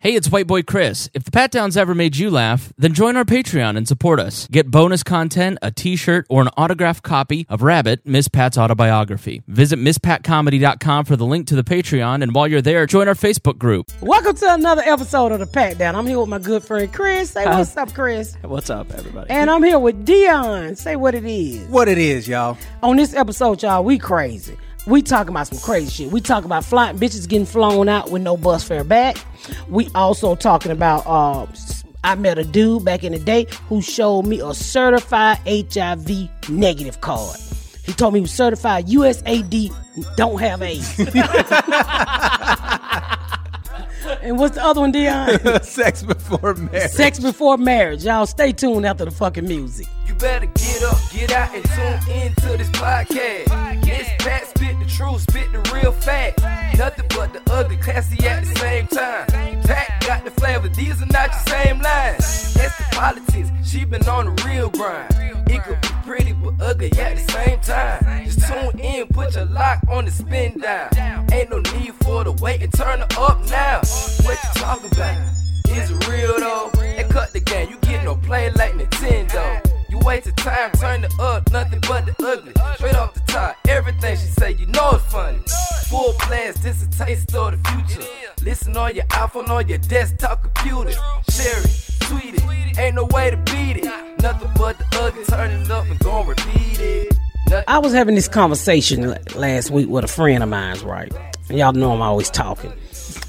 Hey, it's White Boy Chris. If the Pat Downs ever made you laugh, then join our Patreon and support us. Get bonus content, a t shirt, or an autographed copy of Rabbit, Miss Pat's autobiography. Visit MissPatComedy.com for the link to the Patreon, and while you're there, join our Facebook group. Welcome to another episode of the Pack Down. I'm here with my good friend Chris. Say what's up, Chris. What's up, everybody? And I'm here with Dion. Say what it is. what it is, y'all? On this episode, y'all, we crazy. We talking about some crazy shit. We talking about flying bitches getting flown out with no bus fare back. We also talking about uh, s- I met a dude back in the day who showed me a certified HIV negative card. He told me he was certified USAD, don't have AIDS. and what's the other one, Dion? Sex before marriage. Sex before marriage. Y'all stay tuned after the fucking music. You better get up, get out, and tune into this podcast. Miss Pat spit the truth, spit the real fact. Nothing but the ugly, classy at the same time. Pat got the flavor, these are not your same lines. That's the politics, she been on the real grind. It could be pretty but ugly at the same time. Just tune in, put your lock on the spin down. Ain't no need for the wait and turn it up now. What you talking about? It's real though. And cut the game, you get no play like Nintendo. You wasted time, turn it up, nothing but the ugly. Straight off the top, everything she say, you know it's funny. Full blast, this a taste of the future. Listen on your iPhone, on your desktop computer. Share it, tweet it, ain't no way to beat it. Nothing but the ugly, turn it up and gon' repeat it. Nothing I was having this conversation l- last week with a friend of mine's, right? And y'all know I'm always talking.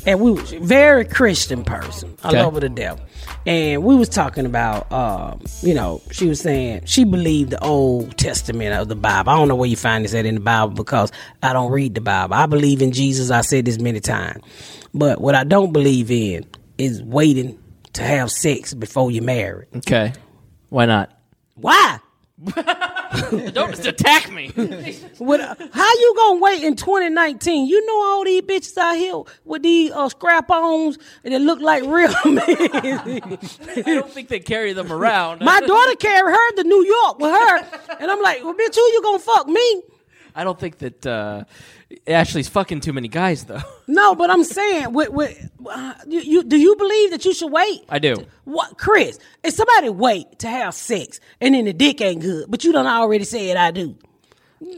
And we was a very Christian person. I Okay. love her to death. And we was talking about, um, you know, she was saying she believed the Old Testament of the Bible. I don't know where you find this at in the Bible because I don't read the Bible. I believe in Jesus. I said this many times. But what I don't believe in is waiting to have sex before you're married. Okay. Why not? Why? Don't just attack me. With, uh, how you gonna wait in 2019? You know all these bitches out here with these uh, scrap-ons and they look like real men. I don't think they carry them around. My daughter carried her to New York with her, and I'm like, well, bitch, who you gonna fuck me? I don't think that uh, Ashley's fucking too many guys, though. No, but I'm saying, with, with, uh, you, you, do you believe that you should wait? I do. What, Chris? If somebody wait to have sex and then the dick ain't good, but you done already said I do.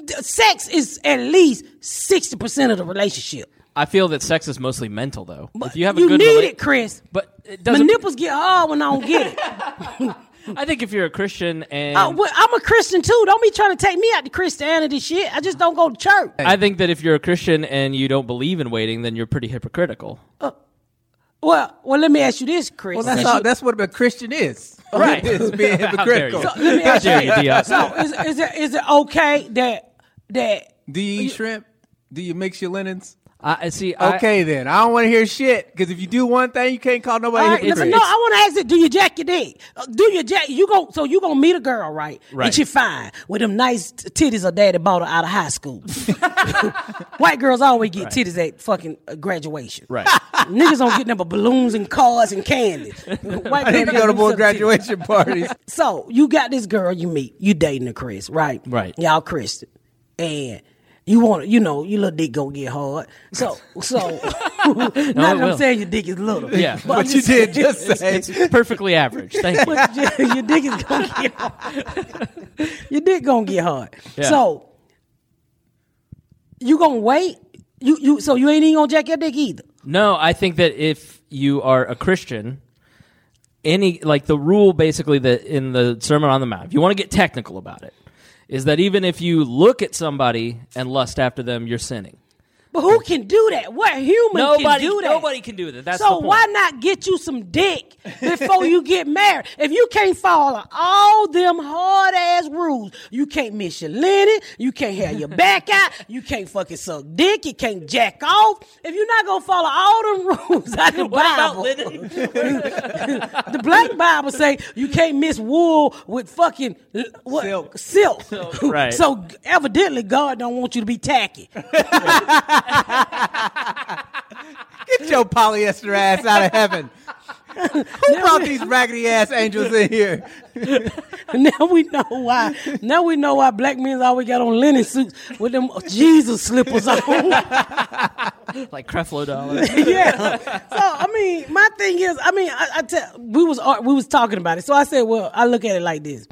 D- Sex is at least sixty percent of the relationship. I feel that sex is mostly mental, though. But if you have a good need rela- it, Chris. But it My doesn't. nipples get hard when I don't get it. I think if you're a Christian and I, am a Christian too. Don't be trying to take me out to Christianity shit. I just don't go to church. I think that if you're a Christian and you don't believe in waiting, then you're pretty hypocritical. Well, well, let me ask you this, Chris. Well, that's all, that's what a Christian is. Right. It's being How dare you. hypocritical. let me How ask dare you. you, Dion. So, is, is it is it okay that that Do you eat shrimp? Do you mix your linens? I I see. I- Okay, then. I don't want to hear shit because if you do one thing, you can't call nobody All right, hypocrite. listen, no, I want to ask it. Do you jack your dick? Uh, Do you jack? You go. So you gonna meet a girl, right? Right. And she fine with them nice t- titties her daddy bought her out of high school. White girls always get titties at fucking uh, graduation. Right. Niggas don't get nothing but balloons and cars and candy. White I need girls gotta to go to more do something titties. graduation parties. So you got this girl you meet, you dating a Chris, right? Right. Y'all Christian, and you want to, you know, your little dick gonna get hard. So, so not that I'm Oh, will. saying your dick is little, Yeah. I'm But you just saying- did just say. Perfectly average. Thank you. but your your dick is gonna get hard. your dick gonna get hard. Yeah. So you gonna wait? You you so you ain't even gonna jack your dick either. No, I think that if you are a Christian, any like the rule basically that in the Sermon on the Mount, if you want to get technical about it, is that even if you look at somebody and lust after them, you're sinning. But who can do that? What human Nobody, can do that? nobody can do that. That's the so point. why not get you some dick before you get married? If you can't follow all them hard ass rules, you can't miss your linen, you can't have your back out, you can't fucking suck dick, you can't jack off. If you're not gonna follow all them rules out of the Bible, the Black Bible say you can't miss wool with fucking l- what Silk. silk. right. So evidently God don't want you to be tacky. Get your polyester ass out of heaven. Who brought these raggedy ass angels in here? now we know why. Now we know why black men always got on linen suits with them Jesus slippers on. like Creflo Dollar. yeah. So I mean, my thing is, I mean, I, I tell we was ar- we was talking about it. So I said, well, I look at it like this.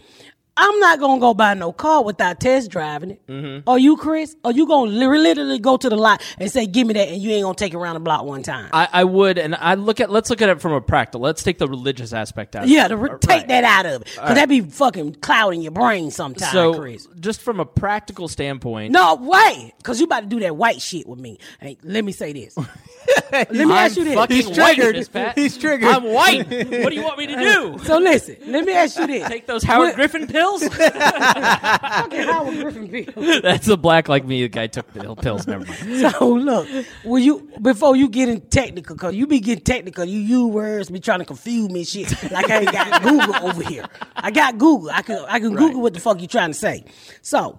I'm not gonna go buy no car without test driving it. Mm-hmm. Are you, Chris? Are you gonna li- literally go to the lot and say, "Give me that," and you ain't gonna take it around the block one time? I, I would, and I look at. Let's look at it from a practical. Let's take the religious aspect out. of yeah, it. to re- Right. take that out of it, cause that be fucking clouding your brain sometimes, So, Chris. just from a practical standpoint, No way, cause you about to do that white shit with me. Hey, let me say this. let me ask you this. fucking He's white, triggered. Miss Pat. He's triggered. I'm white. what do you want me to do? So listen, let me ask you this. Take those Howard What- Griffin pills? fucking Howard Griffin bill. That's a black like me guy took the pills. Never mind. So look, will you before you get in technical, cause you be getting technical, you use words, be trying to confuse me and shit. Like I ain't got Google over here. I got Google. I can I can Google what the fuck you trying to say. So,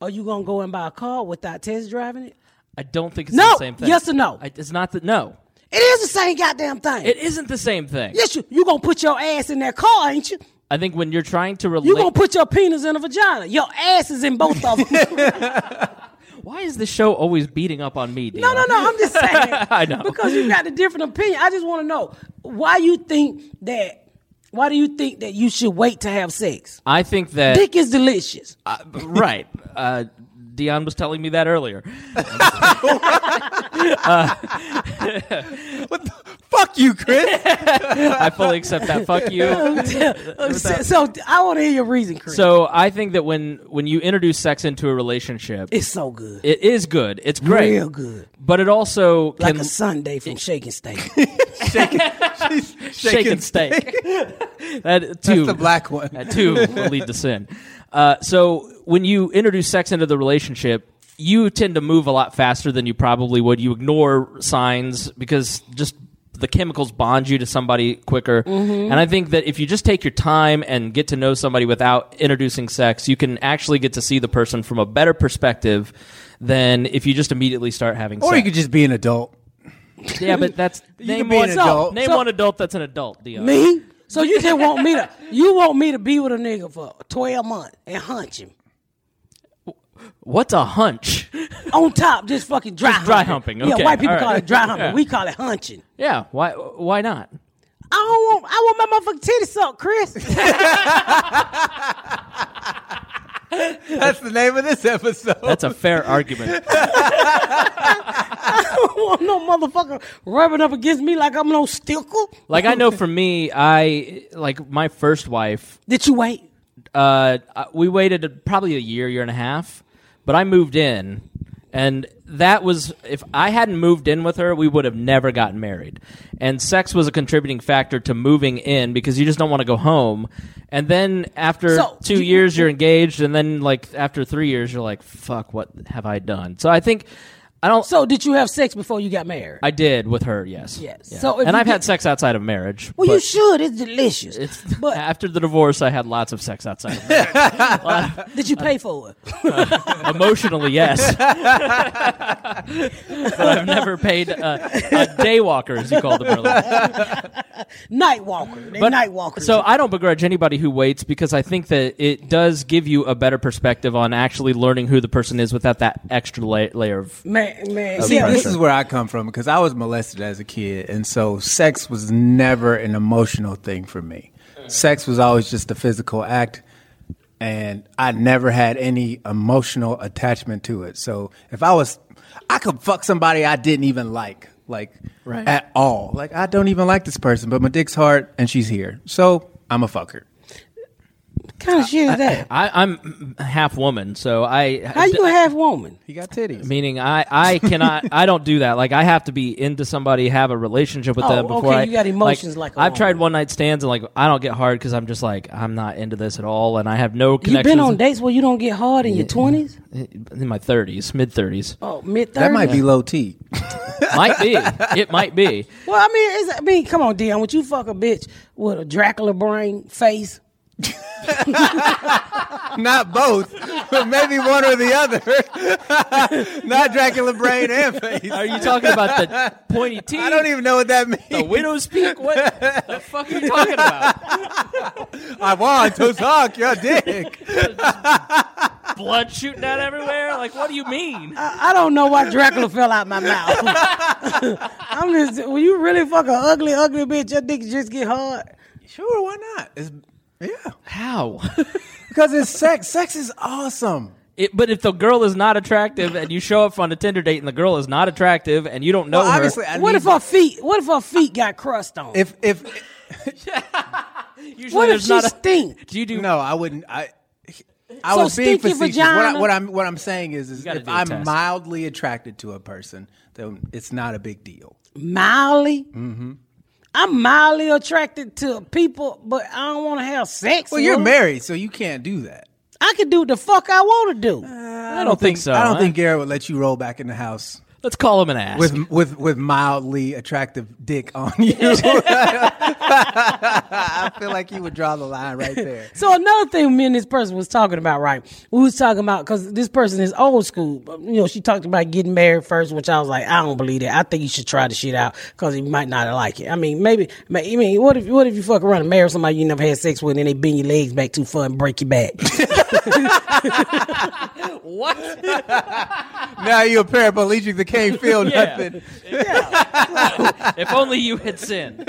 are you gonna go and buy a car without test driving it? I don't think it's No, the same thing. yes or no? I, it's not the no. It is the same goddamn thing. It isn't the same thing. yes, you you gonna put your ass in that car, ain't you? I think when you're trying to relate, You gonna put your penis in a vagina. Your ass is in both of them. why is this show always beating up on me? No, no, no. I'm just saying. I know. because you got a different opinion. I just want to know why you think that. Why do you think that you should wait to have sex? I think that Dick is delicious. right. Uh, Dion was telling me that earlier. Uh, Fuck you, Chris. I fully accept that. Fuck you. so, so I want to hear your reason, Chris. So I think that when when you introduce sex into a relationship, it's so good, it is good. It's great. real good, But it also like can a Sunday from Shaking Steak. shake and steak. that too. the black one. That too will lead to sin. Uh, so when you introduce sex into the relationship, you tend to move a lot faster than you probably would. You ignore signs because just the chemicals bond you to somebody quicker. Mm-hmm. And I think that if you just take your time and get to know somebody without introducing sex, you can actually get to see the person from a better perspective than if you just immediately start having Or sex. you could just be an adult. yeah, but that's name could be one an adult. name So- one adult that's an adult, Dion. me? So you just want me to? You want me to be with a nigga for twelve months and hunch him What's a hunch? on top, just fucking dry dry humping. humping, okay, Yeah, white people all call right. it dry humping. Yeah. We call it hunching. Yeah, why why not? I don't want. I want my motherfucking titties sucked, Chris. That's the name of this episode. That's a fair argument. I don't want no motherfucker rubbing up against me like I'm no stickle. Like I know for me, I like my first wife. Did you wait? Uh, I- we waited a- probably a year, year and a half, but I moved in, and that was if I hadn't moved in with her, we would have never gotten married. And sex was a contributing factor to moving in because you just don't want to go home. And then after So, two you- years, you're engaged, and then like after three years, you're like, "Fuck, what have I done?" So I think I don't. So did you have sex before you got married? I did with her, yes. Yes. Yeah. So if and you I've had get- sex outside of marriage. well, you but should. It's delicious. but after the divorce, I had lots of sex outside. Of marriage. did you pay for it? Emotionally, yes. but I've never paid uh, a daywalker, as you call them earlier. Nightwalker. They But- nightwalkers. So I don't begrudge anybody who waits because I think that it does give you a better perspective on actually learning who the person is without that extra la- layer of. man, man, See, yeah, this is where I come from because I was molested as a kid, and so sex was never an emotional thing for me. Sex was always just a physical act, and I never had any emotional attachment to it. So if I was, I could fuck somebody I didn't even like, like at all. Like I don't even like this person, but my dick's hard and she's here, so I'm a fucker. what kind of shit is that? I, I'm half woman, so I. How you half woman? He got titties. Meaning, I, I cannot, I don't do that. Like, I have to be into somebody, have a relationship with Oh, them before okay, I. you got emotions like a I've tried woman. one night stands and like I don't get hard because I'm just like I'm not into this at all, and I have no You connections. Mm-hmm. been on dates where you don't get hard in your twenties? in my 30s, mid 30s. Oh, mid thirties. that might be low T. might be, it might be. Well, I mean, it's, I mean, come on, Dion. Would you fuck a bitch with a Dracula brain face? Not both, but maybe one or the other. Not Dracula brain and face. Are you talking about the pointy teeth? I don't even know what that the means. widow's peak. What the fuck are you talking about? I want to suck your dick. blood shooting out everywhere. Like, what do you mean? I, I don't know why Dracula fell out my mouth. I'm just when you really fuck a ugly, ugly bitch, your dick just get hard. Sure, why not? It's yeah, How? because it's sex. sex is awesome. It, but if the girl is not attractive and you show up on a Tinder date and the girl is not attractive and you don't know Well, her, obviously, I What need- if her feet? What if her feet got crust on? if if usually what if there's she not a. stink? Do you do? no, I wouldn't. I I So was being stinky facetious. What, I, vagina. what I'm what I'm saying is, is gotta if do a I'm test. mildly attracted to a person, then it's not a big deal. Mildly. I'm mildly attracted to people, but I don't want to have sex. Well, you're with 'em. married, so you can't do that. I can do the fuck I want to do. I don't think so. I don't huh? think Garrett would let you roll back in the house Let's call him an ass. with with with mildly attractive dick on you. I feel like you would draw the line right there. So another thing me and this person was talking about, right? We was talking about because this person is old school. but, You know, she talked about getting married first, which I was like, I don't believe that. I think you should try the shit out because you might not like it. I mean, maybe, ma- I mean, what if what if you fuck around and marry somebody you never had sex with, and they bend your legs back too far and break your back? Now you're a paraplegic that can't feel Yeah. nothing. if only you had sinned.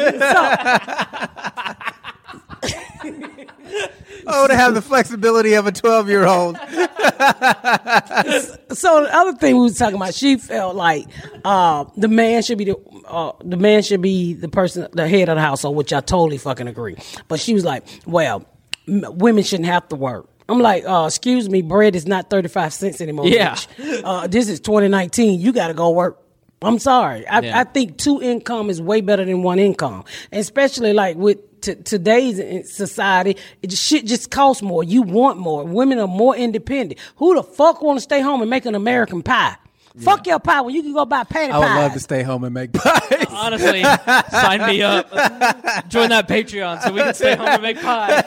Oh, to have the flexibility of a 12 year old. so the other thing we was talking about, she felt like uh, the man should be the uh, the man should be the person, the head of the household, which I totally fucking agree. But she was like, "Well, m- women shouldn't have to work." I'm like, uh, "Excuse me, bread is not 35 cents anymore. Yeah. bitch. Uh, this is 2019. You got to go work." I'm sorry. I, Yeah. I think two income is way better than one income, especially like with. T- today's in- society, it just, shit just costs more. You want more. Women are more independent. Who the fuck want to stay home and make an American pie? Fuck your pie when you can go buy patty I would love to pies. stay home and make pies. Honestly, sign me up. Join that Patreon so we can stay home and make pie.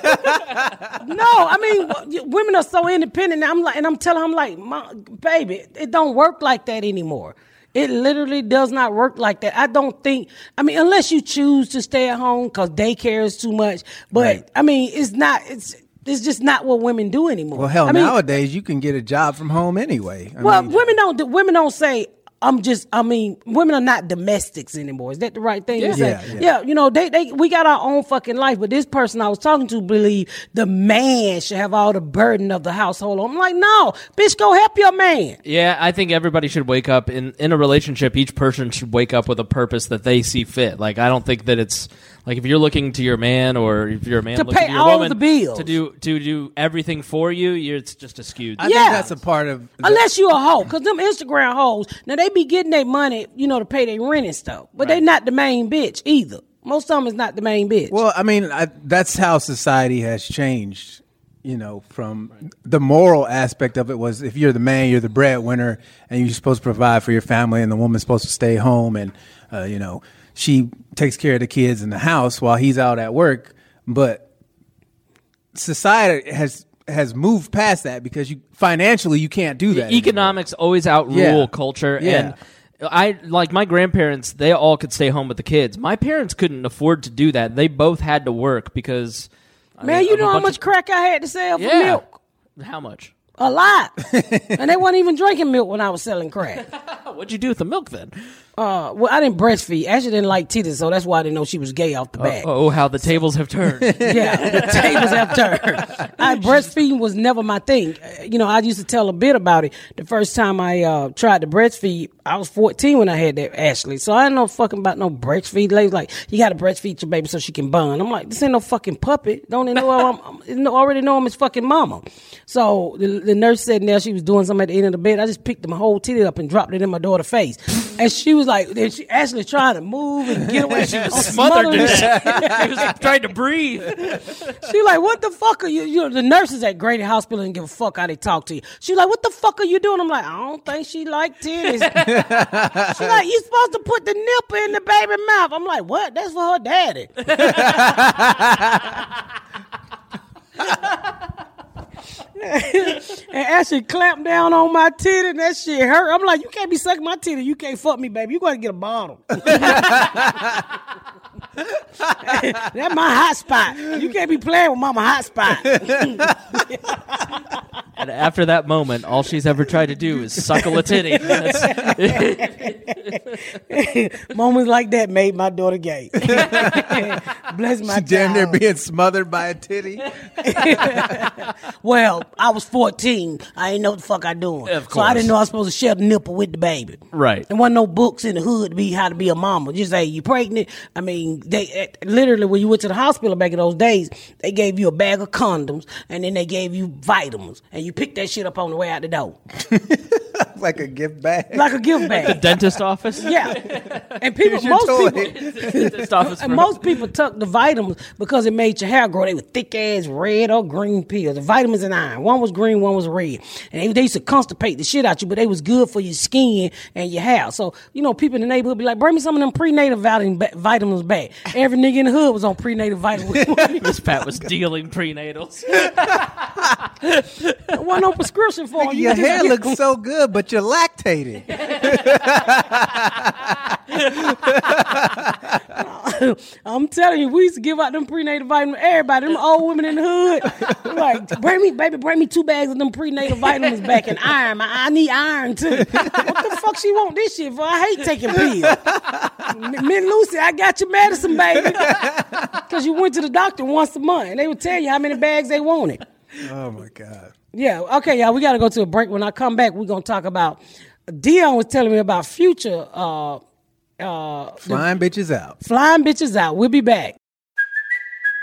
no, I mean w- y- women are so independent. And I'm like, and I'm telling, her, I'm like, "Ma- baby, it don't work like that anymore. It literally does not work like that. I don't think. I mean, unless you choose to stay at home because daycare is too much. But Right. I mean, it's not. It's it's just not what women do anymore. Well, hell, I mean, nowadays you can get a job from home anyway. I Well, mean, women don't. do- Women don't say. I'm just. I mean, women are not domestics anymore. Is that the right thing Yeah. to say? Yeah, yeah. you know, they, they we got our own fucking life. But this person I was talking to believe the man should have all the burden of the household. I'm like, no, bitch, go help your man. Yeah, I think everybody should wake up in in a relationship. Each person should wake up with a purpose that they see fit. Like I don't think that it's like if you're looking to your man or if you're a man To looking pay to your all woman the bills. to do to do everything for you, you're, it's just a skewed. I yeah. think that's a part of. Unless you a hoe, cause them Instagram hoes now they be getting their money, you know, to pay their rent and stuff. But they not the main bitch either. Most of them is not the main bitch. Well, I mean, I, that's how society has changed. You know, from the moral aspect of it was if you're the man, you're the breadwinner, and you're supposed to provide for your family, and the woman's supposed to stay home, and uh, you know she takes care of the kids in the house while he's out at work. But society has has moved past that because you financially you can't E- do that. anymore. economics always outrule Yeah. culture Yeah. and i like my grandparents they all could stay home with the kids my parents couldn't afford to do that they both had to work because I man, mean, you of a know how bunch much of- crack I had to sell for yeah milk. how much A lot. and they weren't even drinking milk when I was selling crack. Oh, what'd you do with the milk then Uh, well, I didn't breastfeed. Ashley didn't like titties, so that's why I didn't know she was gay off the Eh. bat. oh how the tables have turned Yeah, the tables have turned. I, breastfeeding was never my thing. Uh, You know, I used to tell a bit about it. The first time I uh, tried to breastfeed, I was 14 when I had that Ashley. So I didn't know fucking about no breastfeed. Ladies like, you got to breastfeed your baby so she can bond. I'm like, this ain't no fucking puppet. Don't they know I'm, I'm, no- already know I'm his fucking mama. So the, the nurse said now she was doing something at the end of the bed. I just picked my whole titty up and dropped it in my daughter's face. and she was like, then she actually trying to move and get away. She was smothered to death he was like, trying to breathe she like, what the fuck are you? You know, the nurses at Grady Hospital didn't give a fuck how they talk to you. She like, what the fuck are you doing? I'm like, I don't think she like titties. she like, you supposed to put the nipple in the baby mouth. I'm like, what? That's for her daddy. and Ashley clamped down on my titty, and that shit hurt. I'm like, you can't be sucking my titty. You can't fuck me, baby. You gotta get a bottle. That's my hot spot. You can't be playing with mama hot spot. And after that moment, all she's ever tried to do is suckle a titty. That's- Moments like that made my daughter gay. Bless my She damn near child. being smothered by a titty. Well, I was 14. I didn't know what the fuck I doing. Of So I course. didn't know I was supposed to share the nipple with the baby. Right. There wasn't no books in the hood to be how to be a mama. Just say you pregnant. I mean, they eh, literally when you went to the hospital back in those days, they gave you a bag of condoms and then they gave you vitamins and you picked that shit up on the way out the door like a gift bag. like a gift bag. Dentist office? yeah. And people, Here's your most toy. people, Dentist office. and most people took the vitamins because it made your hair grow. They were thick ass red or green pills. The vitamins and iron. One was green, one was red. And they, they used to constipate the shit out you, but they was good for your skin and your hair. So, you know, people in the neighborhood be like, bring me some of them prenatal vitamin- ba- vitamins back. Every nigga in the hood was on prenatal vitamins. Miss Pat was dealing prenatals. there wasn't no prescription for them. You Your just hair get looks them. so good, but you're lactating. I'm telling you, we used to give out them prenatal vitamins. to Everybody, them old women in the hood, like, bring me, baby, bring me two bags of them prenatal vitamins back and iron. I, I need iron too. What the fuck she want this shit for? I hate taking pills. M- Miss Lucy, I got your medicine, baby, because you went to the doctor once a month and they would tell you how many bags they wanted. oh my god. Yeah, okay, y'all. We got to go to a break. When I come back, we're gonna talk about. Dion was telling me about future uh, uh, Flying bitches out. flying bitches out. We'll be back.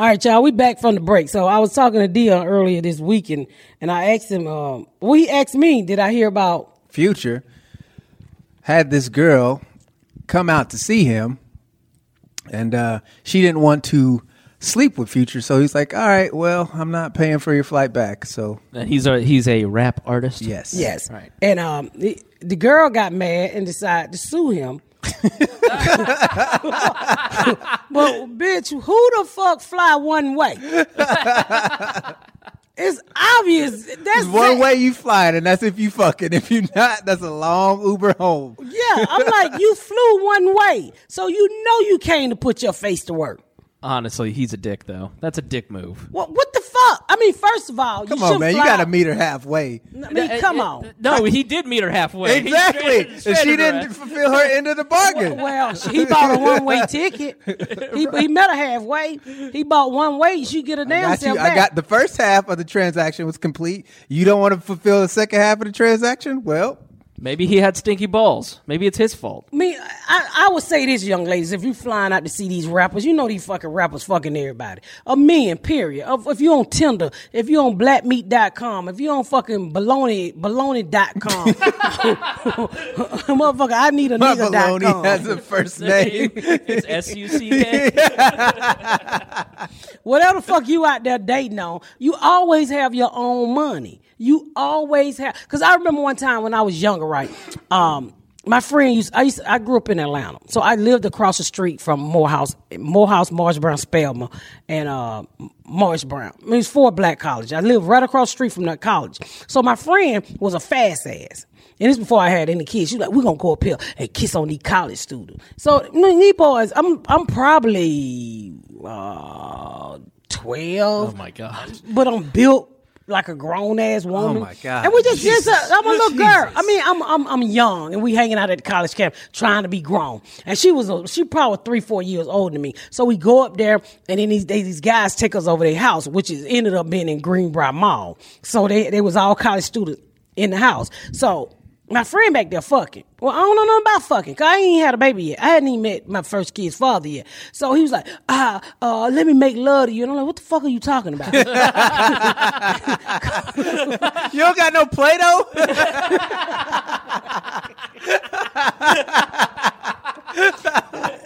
All right, y'all, we back from the break. So I was talking to Dion earlier this weekend, and I asked him, um, well, he asked me, did I hear about, Future had this girl come out to see him, and uh, she didn't want to sleep with Future, so he's like, "All right, well, I'm not paying for your flight back." So And he's a he's a rap artist. yes, yes. And um, the, the girl got mad and decided to sue him. but, bitch, who the fuck fly one way? it's obvious. That's There's one it. way you flying, and that's if you fucking. If you not, that's a long Uber home. Yeah, I'm like, you flew one way. So you know you came to put your face to work. Honestly, he's a dick though. That's a dick move. What, what the fuck? I mean, first of all, Come you on, should man, you fly- gotta meet her halfway. I mean, come on. No, he did meet her halfway. He Exactly, straightened- and she straightened her didn't fulfill her end of the bargain. Well, she- he bought a one way ticket. He, he met her halfway. He bought one way. She get a damn got self you. back. I got the first half of the transaction was complete. You don't want to fulfill the second half of the transaction? Well, Maybe he had stinky balls. Maybe it's his fault. I mean, I, I would say this, young ladies, if you flying out to see these rappers, you know these fucking rappers fucking everybody. A men, period. If, if you on Tinder, if you on blackmeat.com, if you on fucking baloney, baloney.com. motherfucker, I need a my nigga dot baloney com. has a first name. It's S U C K. Whatever the fuck you out there dating on, you always have your own money. You always have. Because I remember one time when I was younger, right? Um, my friend used I used I grew up in Atlanta, so I lived across the street from Morehouse, Morehouse, Morris Brown, Spelman, and uh, Morris Brown. I mean, it was four black college. I lived right across the street from that college. So my friend was a fast ass. And this before I had any kids. She was like, we're gonna go up here and kiss on these college students. So you know, these boys, I'm I'm probably uh, twelve. Oh my god. But I'm built like a grown ass woman. Oh my God. And we just just uh, Jesus. I'm a little girl. Jesus. I mean, I'm I'm I'm young and we hanging out at the college camp trying to be grown. And she was a, she probably three, four years older than me. So we go up there and then these they, these guys take us over their house, which is ended up being in Greenbrier Mall. So they they was all college students in the house. So my friend back there fucking. Well, I don't know nothing about fucking. Cause I ain't had a baby yet. I hadn't even met my first kid's father yet. So he was like, ah, uh, let me make love to you. And I'm like, what the fuck are you talking about? you don't got no Play Doh?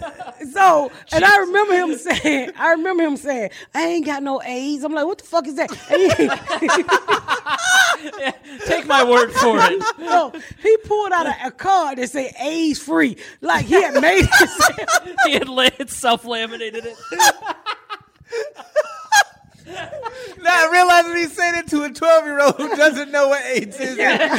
So, and I remember him saying, I remember him saying, I ain't got no AIDS. I'm like, what the fuck is that? And he- Take my word for it. no, he pulled out a, a card that said AIDS free. Like he had made it. He had la- self laminated it. Now I realize what he's saying it to a 12 year old who doesn't know what AIDS is. The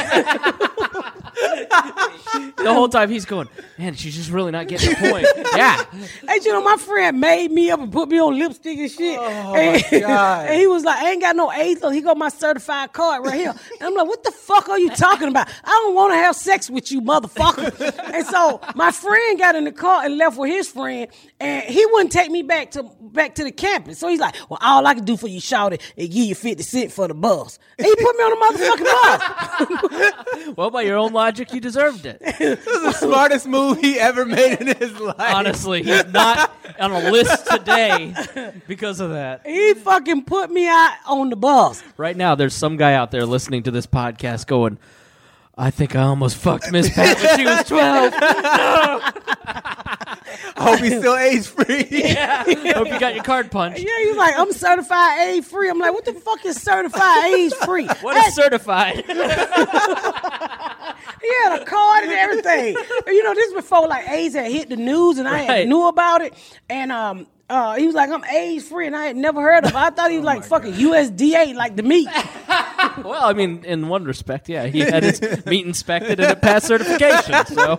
whole time he's going, man, she's just really not getting the point. Yeah. And you know, my friend made me up and put me on lipstick and shit. and, God. and he was like, I ain't got no AIDS, so he got my certified card right here. And I'm like, what the fuck are you talking about? I don't want to have sex with you, motherfucker. and so my friend got in the car and left with his friend, and he wouldn't take me back to back to the campus. So he's like, well, all I can do for you, shouted, is give you 50 cent for the bus. And he put me on the motherfucking bus. Well, by your own logic, you deserved it. the smartest move he ever made in his life. Honestly, he's not on a list today because of that. He fucking put me out on the bus. Right now, there's some guy out there listening to this podcast going, I think I almost fucked Miss Pat when she was 12. I hope he's still AIDS free. Hope you got your card punched. Yeah, he's like, I'm certified AIDS free. I'm like, what the fuck is certified AIDS free? What is certified? He had a card and everything. And, you know, this was before like AIDS had hit the news and I had Right. knew about it. And um, uh, he was like, I'm AIDS free, and I had never heard of. it. I thought he was Oh like fucking USDA, like the meat. Well, I mean, in one respect, yeah, he had his meat inspected and it passed certification. So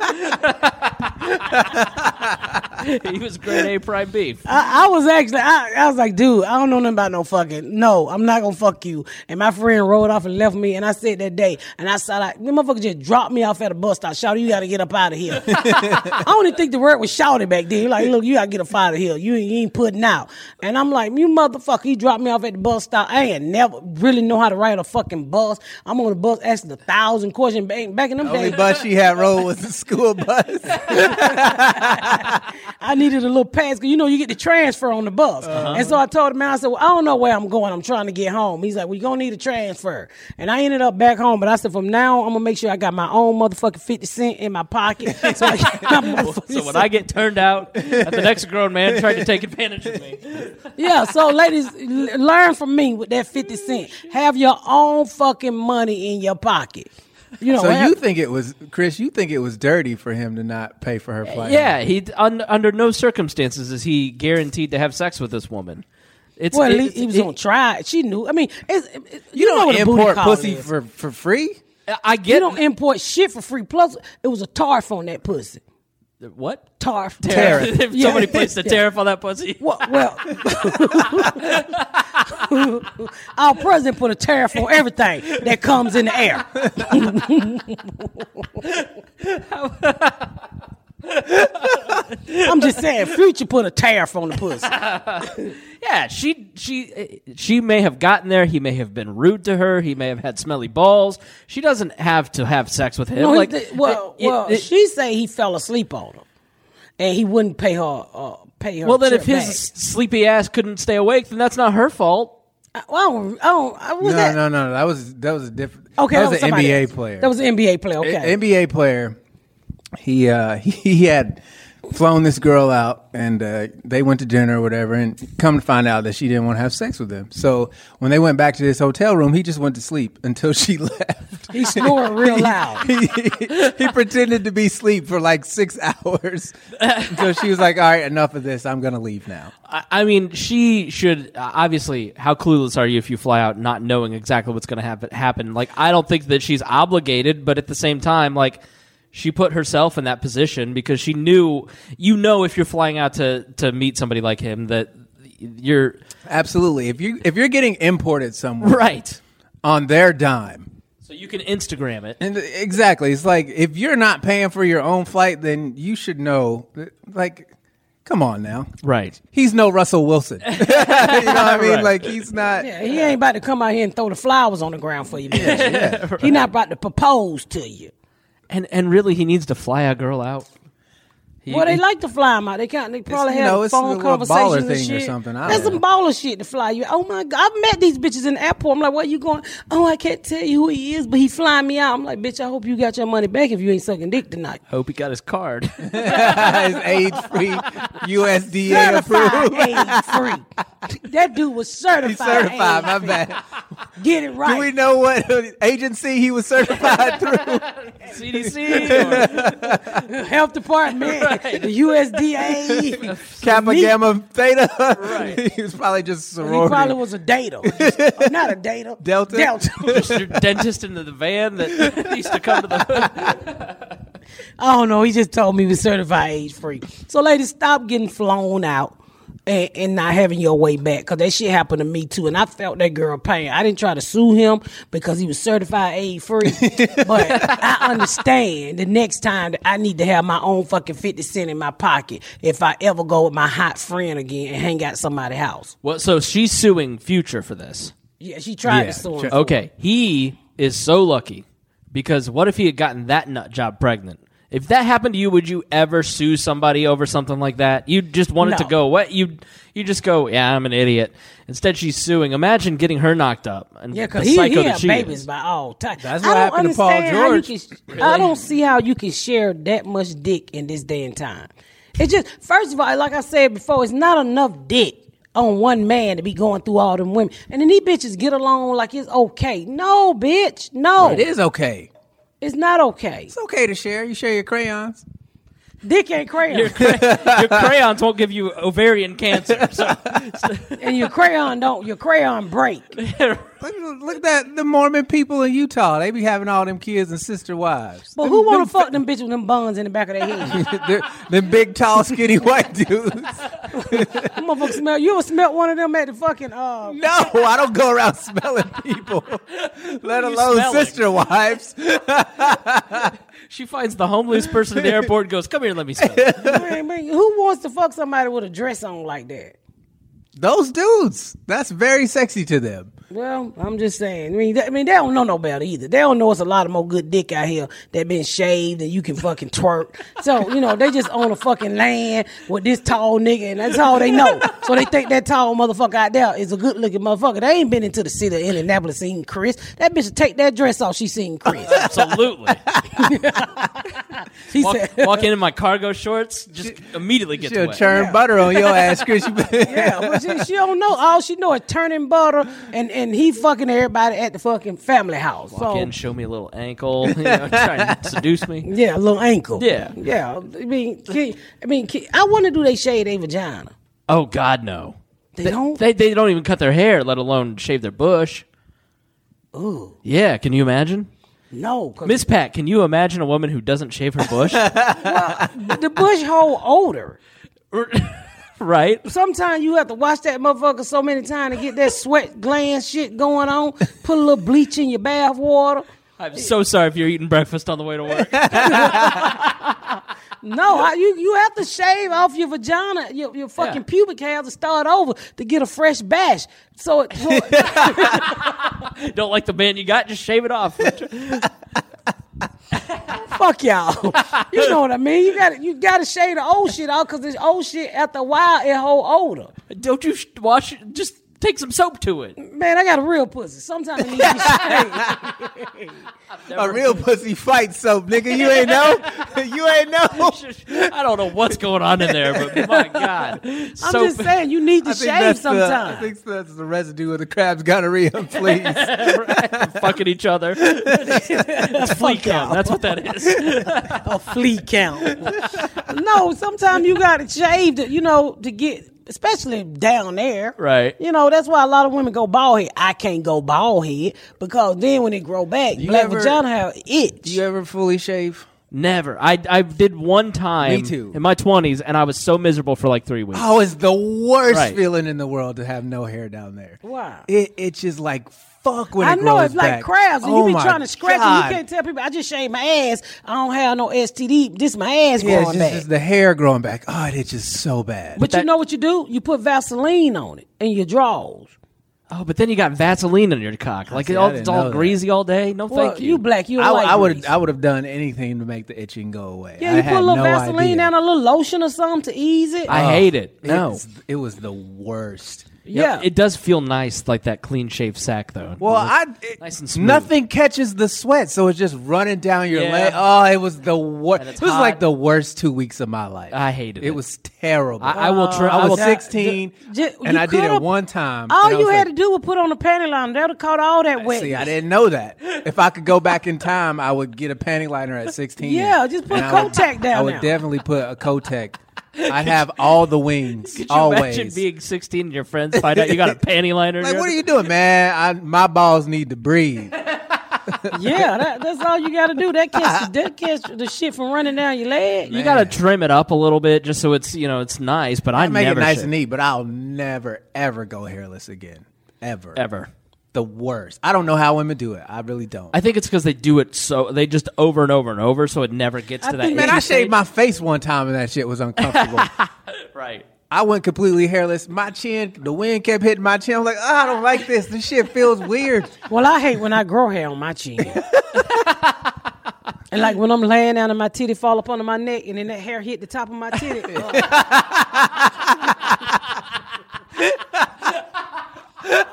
he was grade A prime beef. I, I was actually, I, I was like, dude, I don't know nothing about no fucking. No, I'm not gonna fuck you. And my friend rolled off and left me. And I said that day, and I saw like, the motherfucker just dropped me off at a bus stop. Shouty, you gotta get up out of here. I don't even think the word was shouted back then. He Like, look, you gotta get up out of here. You, ain't- you ain't putting out. And I'm like, you motherfucker, he dropped me off at the bus stop. I ain't never really know how to ride a fucking bus. I'm on the bus asking a thousand questions. Back back in them Only days, bus she had rolled was the school bus. I needed a little pass because you know you get the transfer on the bus. Uh-huh. And so I told him, I said, Well, I don't know where I'm going. I'm trying to get home. He's like, Well, you're gonna need a transfer. And I ended up back home, but I said, From now on, I'm gonna make sure I got my own motherfucking 50 cent in my pocket. So, I get my motherfucking So when cent. I get turned out, at the next grown man tried to take advantage of me. yeah, so ladies, l- learn from me with that 50 cent. Have your own fucking money in your pocket. You know, So have- you think it was Chris? You think it was dirty for him to not pay for her flight? Yeah, he un, under no circumstances is he guaranteed to have sex with this woman. It's, well, at it's- least he was it- on trial. She knew. I mean, it's, it- you, know don't what a booty import call pussy is. for for free. I you get don't import shit for free. Plus, it was a tarf on that pussy. what Tarf. Tariff. if somebody placed a tariff on that pussy. Well, well our president put a tariff on everything that comes in the air. I'm just saying, Future put a tariff on the pussy. Yeah, she she she may have gotten there. He may have been rude to her. He may have had smelly balls. She doesn't have to have sex with him. No, he like, did- well, it- it- well, it- she say he fell asleep on her, and he wouldn't pay her. Uh, pay her. well, then trip if his back. sleepy ass couldn't stay awake, then that's not her fault. I, I don't, I don't, I was No, that. no, no. That was that was a different. Okay, that was, an somebody NBA else. player. That was an NBA player. A- Okay, NBA player. He uh, he had flown this girl out, and uh, they went to dinner or whatever, and come to find out that she didn't want to have sex with him. So when they went back to this hotel room, he just went to sleep until she left. he snoring real loud. he, he pretended to be asleep for like six hours until she was like, "All right, enough of this. I'm gonna leave now." I, I mean, she should uh, obviously. How clueless are you if you fly out not knowing exactly what's going to happen? Like, I don't think that she's obligated, but at the same time, like. She put herself in that position because she knew, you know, if you're flying out to, to meet somebody like him, that you're Absolutely. If you if you're getting imported somewhere right. on their dime, So you can Instagram it. And exactly, it's like if you're not paying for your own flight, then you should know. that- Like, come on now, Right. he's no Russell Wilson. you know what I mean? Right. Like he's not. Yeah, he ain't about to come out here and throw the flowers on the ground for you. bitch. He not about to propose to you. And and really he needs to fly a girl out. Well, they like to fly them out. They can't. They probably you have know, it's a phone little baller conversations and thing or shit. something. I That's don't some know. baller shit to fly you. Oh my god, I've met these bitches in the airport. I'm like, where you going? Oh, I can't tell you who he is, but he flying me out. I'm like, bitch, I hope you got your money back if you ain't sucking dick tonight. Hope he got his card. it's age free, USDA Certified approved. AIDS free. That dude was certified. He's certified. My AIDS-free. bad. Get it right. Do we know what agency he was certified through? CDC. Health Department, the USDA. Kappa Me- Gamma Theta. Right. he was probably just a He sorority. probably was a data. Not a data. Delta? Delta. Your dentist in the van that used to come to the. I don't know. He just told me he was certified age free. So, ladies, stop getting flown out and, and not having your way back because that shit happened to me too. And I felt that girl pain. I didn't try to sue him because he was certified age free. but I understand the next time that I need to have my own fucking 50 cent in my pocket if I ever go with my hot friend again and hang out at somebody's house. Well, so she's suing Future for this. Yeah, she tried Yeah, to sue him. sure. for it. Okay, he is so lucky because what if he had gotten that nut job pregnant? If that happened to you, would you ever sue somebody over something like that? You just want it to No. go. What you you just go? Yeah, I'm an idiot. Instead, she's suing. Imagine getting her knocked up. And the Yeah, because he, he psycho that had she babies is. by all time. That's I what don't happened to Paul understand how you George. can- I don't see how you can share that much dick in this day and time. It just, first of all, like I said before, it's not enough dick on one man to be going through all them women. And then these bitches get along like it's okay. No, bitch. No, It is okay. it's not okay. It's okay to share. You share your crayons. Dick ain't crayon, Your crayons won't give you ovarian cancer. So and your crayon don't. Your crayon break. Look, look at that, the Mormon people in Utah. They be having all them kids and sister wives. But who want to fuck them bitches with them buns in the back of their head? They're- them big, tall, skinny white dudes. Them motherfuckers smell. You ever smelt one of them at the fucking uh, No, I don't go around smelling people, let you alone smelling? sister wives. she finds the homeless person at the airport and goes, "Come here, let me smell." it." Man, man, who wants to fuck somebody with a dress on like that? Those dudes, that's very sexy to them. Well, I'm just saying. I mean, they, I mean, they don't know no better either. They don't know it's a lot of more good dick out here that been shaved and you can fucking twerk. So you know, they just on a fucking land with this tall nigga, and that's all they know. So they think that tall motherfucker out there is a good looking motherfucker. They ain't been into the city of Indianapolis seen Chris. That bitch take that dress off. She seen Chris. Absolutely. He Walk, said, walk in in my cargo shorts, just immediately gets She'll wet. churn butter on your ass, Chris. You- Yeah, but she, she don't know. All she know is turning butter, and and he fucking everybody at the fucking family house. Walk so in, show me a little ankle, you know, try and seduce me. Yeah, a little ankle. Yeah. yeah. I mean, can, I mean, can, I want to do they shave their vagina. Oh God, no. They, don't. They they don't even cut their hair, let alone shave their bush. Ooh, Yeah, can you imagine? no, 'cause Miss Pat, can you imagine a woman who doesn't shave her bush? the bush hole odor. right? Sometimes you have to wash that motherfucker so many times to get that sweat gland shit going on. Put a little bleach in your bath water. I'm so sorry if you're eating breakfast on the way to work. No, I, you you have to shave off your vagina, your, your fucking pubic hair to start over to get a fresh bash. So, it, so don't like the man you got, just shave it off. fuck y'all. You know what I mean? You got to you got to shave the old shit off because this old shit after a while it hold older. don't you sh- wash it? Just take some soap to it. Man, I got a real pussy. Sometimes it needs to be shaved. a real pussy fight soap, nigga. You ain't know. You ain't know. I don't know what's going on in there, but my God. I'm Soap- just saying, you need to shave the, I sometimes. think that's the residue of the crab's gonorrhea, please. fucking each other. flea count. That's what that is. a flea count. no, sometimes you got to shave, to, you know, to get, especially down there. Right. You know, that's why a lot of women go bald head. I can't go bald head because then when it grow back, black ever- vagina have itch. Do you ever fully shave? Never. I I did one time Me too. in my twenties, and I was so miserable for like three weeks. Oh, it's the worst Right. feeling in the world to have no hair down there. Why? It itches like fuck when I it grows know it's like back. crabs, and Oh you be my trying to scratch, God. and you can't tell people. I just shaved my ass. I don't have no STD. This my ass Yeah, it's growing just, back. just the hair growing back. Oh, it itches so bad. But you know what you do? You put Vaseline on it in your drawers. Oh, but then you got Vaseline on your cock. Like See, it I all, didn't it's all know that. greasy all day. No, Well, thank you. black, you don't I, like I would grease. I would have done anything to make the itching go away. Yeah, I you had put a little no idea. Vaseline and a little lotion or something to ease it. Oh. I hate it. It No. was- it was the worst. yeah. It does feel nice, like that clean shaved sack, though. Well, I it- nice and smooth. nothing catches the sweat, so it's just running down your Yeah. leg. Oh, it was the worst. And It it's was like hot. the worst two weeks of my life. I hated it. It was terrible. I- I will try- I I was will- sixteen, Ju- and you I did it could've- one time. All and I you was had like, to do was put on a panty liner. That would have caught all that wet. See, I didn't know that. If I could go back in time, I would get a panty liner at 16. Yeah, just put And a I would- Kotex down I would there. definitely put a Kotex. I'd have all the wings, Could you always. imagine being 16 and your friends find out you got a panty liner? in like, your- what are you doing, man? I, my balls need to breathe. Yeah, that, that's all you got to do. That catch, that catch the shit from running down your leg. You got to trim it up a little bit just so it's you know it's nice. But I, make never it nice should- and neat, but I'll never ever go hairless again, ever, ever. The worst. I don't know how women do it. I really don't. I think it's because they do it so they just over and over and over, so it never gets to I that. think- Man, itchy I shaved stage. my face one time and that shit was uncomfortable. right. I went completely hairless. My chin, the wind kept hitting my chin. I was like, oh, I don't like this. This shit feels weird. Well, I hate when I grow hair on my chin. and like when I'm laying down and my titty fall up under my neck and then that hair hit the top of my titty. Ugh.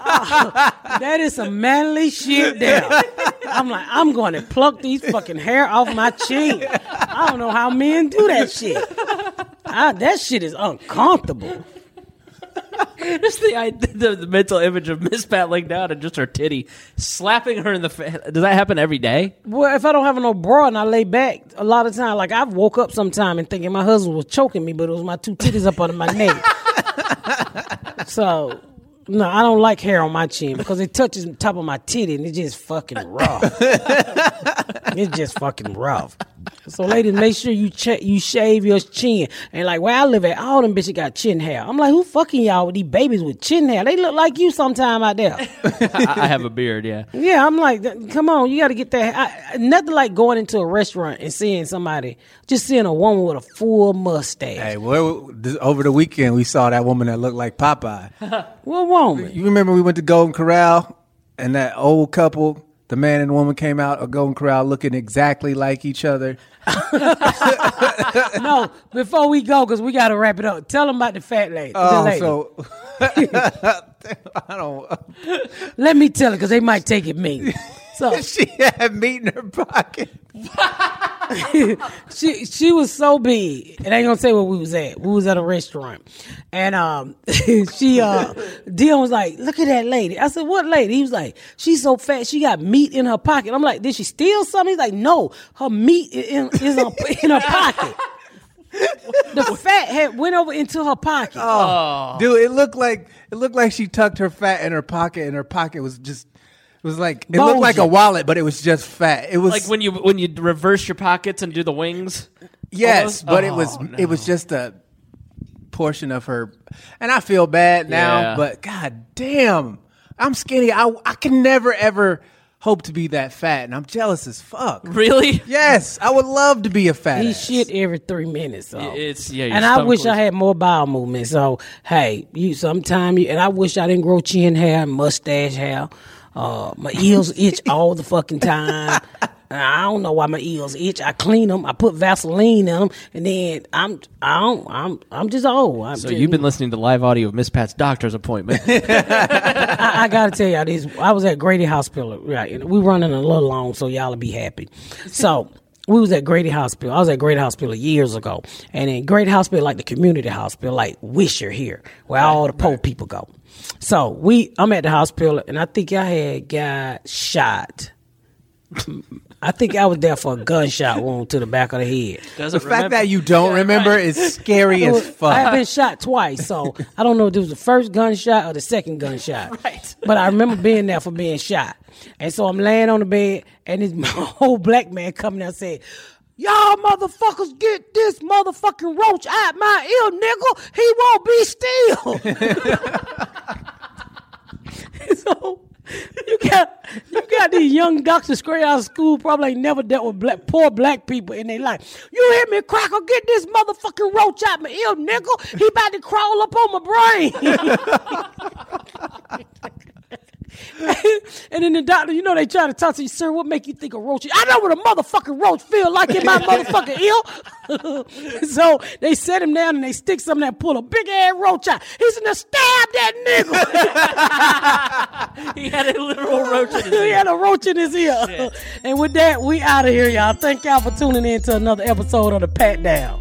Oh, that is some manly shit there. I'm like, I'm going to pluck these fucking hair off my chin. I don't know how men do that shit. I, that shit is uncomfortable. Just the, I, the the mental image of Miss Pat laying down and just her titty slapping her in the face. Does that happen every day? Well, if I don't have no bra and I lay back, a lot of time, like I've woke up sometime and thinking my husband was choking me, but it was my two titties up under my neck. so, no, I don't like hair on my chin because it touches the top of my titty and it's just fucking rough. it's just fucking rough. So, ladies, make sure you check, you shave your chin. And like where I live at, all them bitches got chin hair. I'm like, who fucking y'all with these babies with chin hair? They look like you sometime out there. I, I have a beard. Yeah. Yeah, I'm like, th- come on, you got to get that. I, I- nothing like going into a restaurant and seeing somebody, just seeing a woman with a full mustache. Hey, well, this, over the weekend we saw that woman that looked like Popeye. What woman? You remember we went to Golden Corral and that old couple, the man and woman came out of Golden Corral looking exactly like each other. no, before we go, because we got to wrap it up, tell them about the fat lady. the Oh, lady. so I don't. Let me tell it, because they might take it mean. So She had meat in her pocket. she she was so big, and I ain't gonna say where we was at. We was at a restaurant, and um, she uh, Dion was like, "Look at that lady." I said, "What lady?" He was like, "She's so fat, she got meat in her pocket." I'm like, "Did she steal something?" He's like, "No, her meat i- in, is in, in her pocket." the fat had went over into her pocket. Dude, it looked like it looked like she tucked her fat in her pocket, and her pocket was just it was like it looked like a Bulging. wallet, but it was just fat. It was Like when you when you reverse your pockets and do the wings. yes, almost- but it Oh, was it was just a portion of her, and I feel bad now. Yeah. But god damn, I'm skinny. I I can never ever hope to be that fat, and I'm jealous as fuck. Really? Yes, I would love to be a fat. He ass. shit every three minutes. So. It's- yeah, your and I stomach wish was- I had more bowel movement. So hey, you sometime you and I wish I didn't grow chin hair and mustache hair. Uh, my ears itch all the fucking time. And I don't know why my ears itch. I clean them. I put Vaseline in them, and then I'm I don't I'm I'm just old. I'm So just- you've been listening to live audio of Miss Pat's doctor's appointment. I, I gotta tell y'all this. I was at Grady Hospital, right? And we running a little long, so y'all'll be happy. So we was at Grady Hospital. I was at Grady Hospital years ago, and in Grady Hospital, like the community hospital, like Wisher here, where all the poor people go. So we, I'm at the hospital, and I think I had got shot. I think I was there for a gunshot wound to the back of the head. The fact that you don't remember is scary It as was- fuck. I had been shot twice, so I don't know if it was the first gunshot or the second gunshot. Right. But I remember being there for being shot. And so I'm laying on the bed, and this whole black man coming out said, Y'all motherfuckers get this motherfucking roach out my ear, nigga. He won't be still. so you got you got these young doctors straight out of school, probably ain't never dealt with black, poor black people in their life. You hear me, crackle? Get this motherfucking roach out my ear, nigga. He about to crawl up on my brain. the doctor, you know they try to talk to you, sir. What make you think a roach? is-" I know what a motherfucking roach feel like in my motherfucking ill. so they set him down and they stick something that pull a big ass roach out. He's gonna stab that nigga. he had a literal roach in his he had a roach in his ear. and with that, we out of here, y'all. Thank y'all for tuning in to another episode of the Pat Down.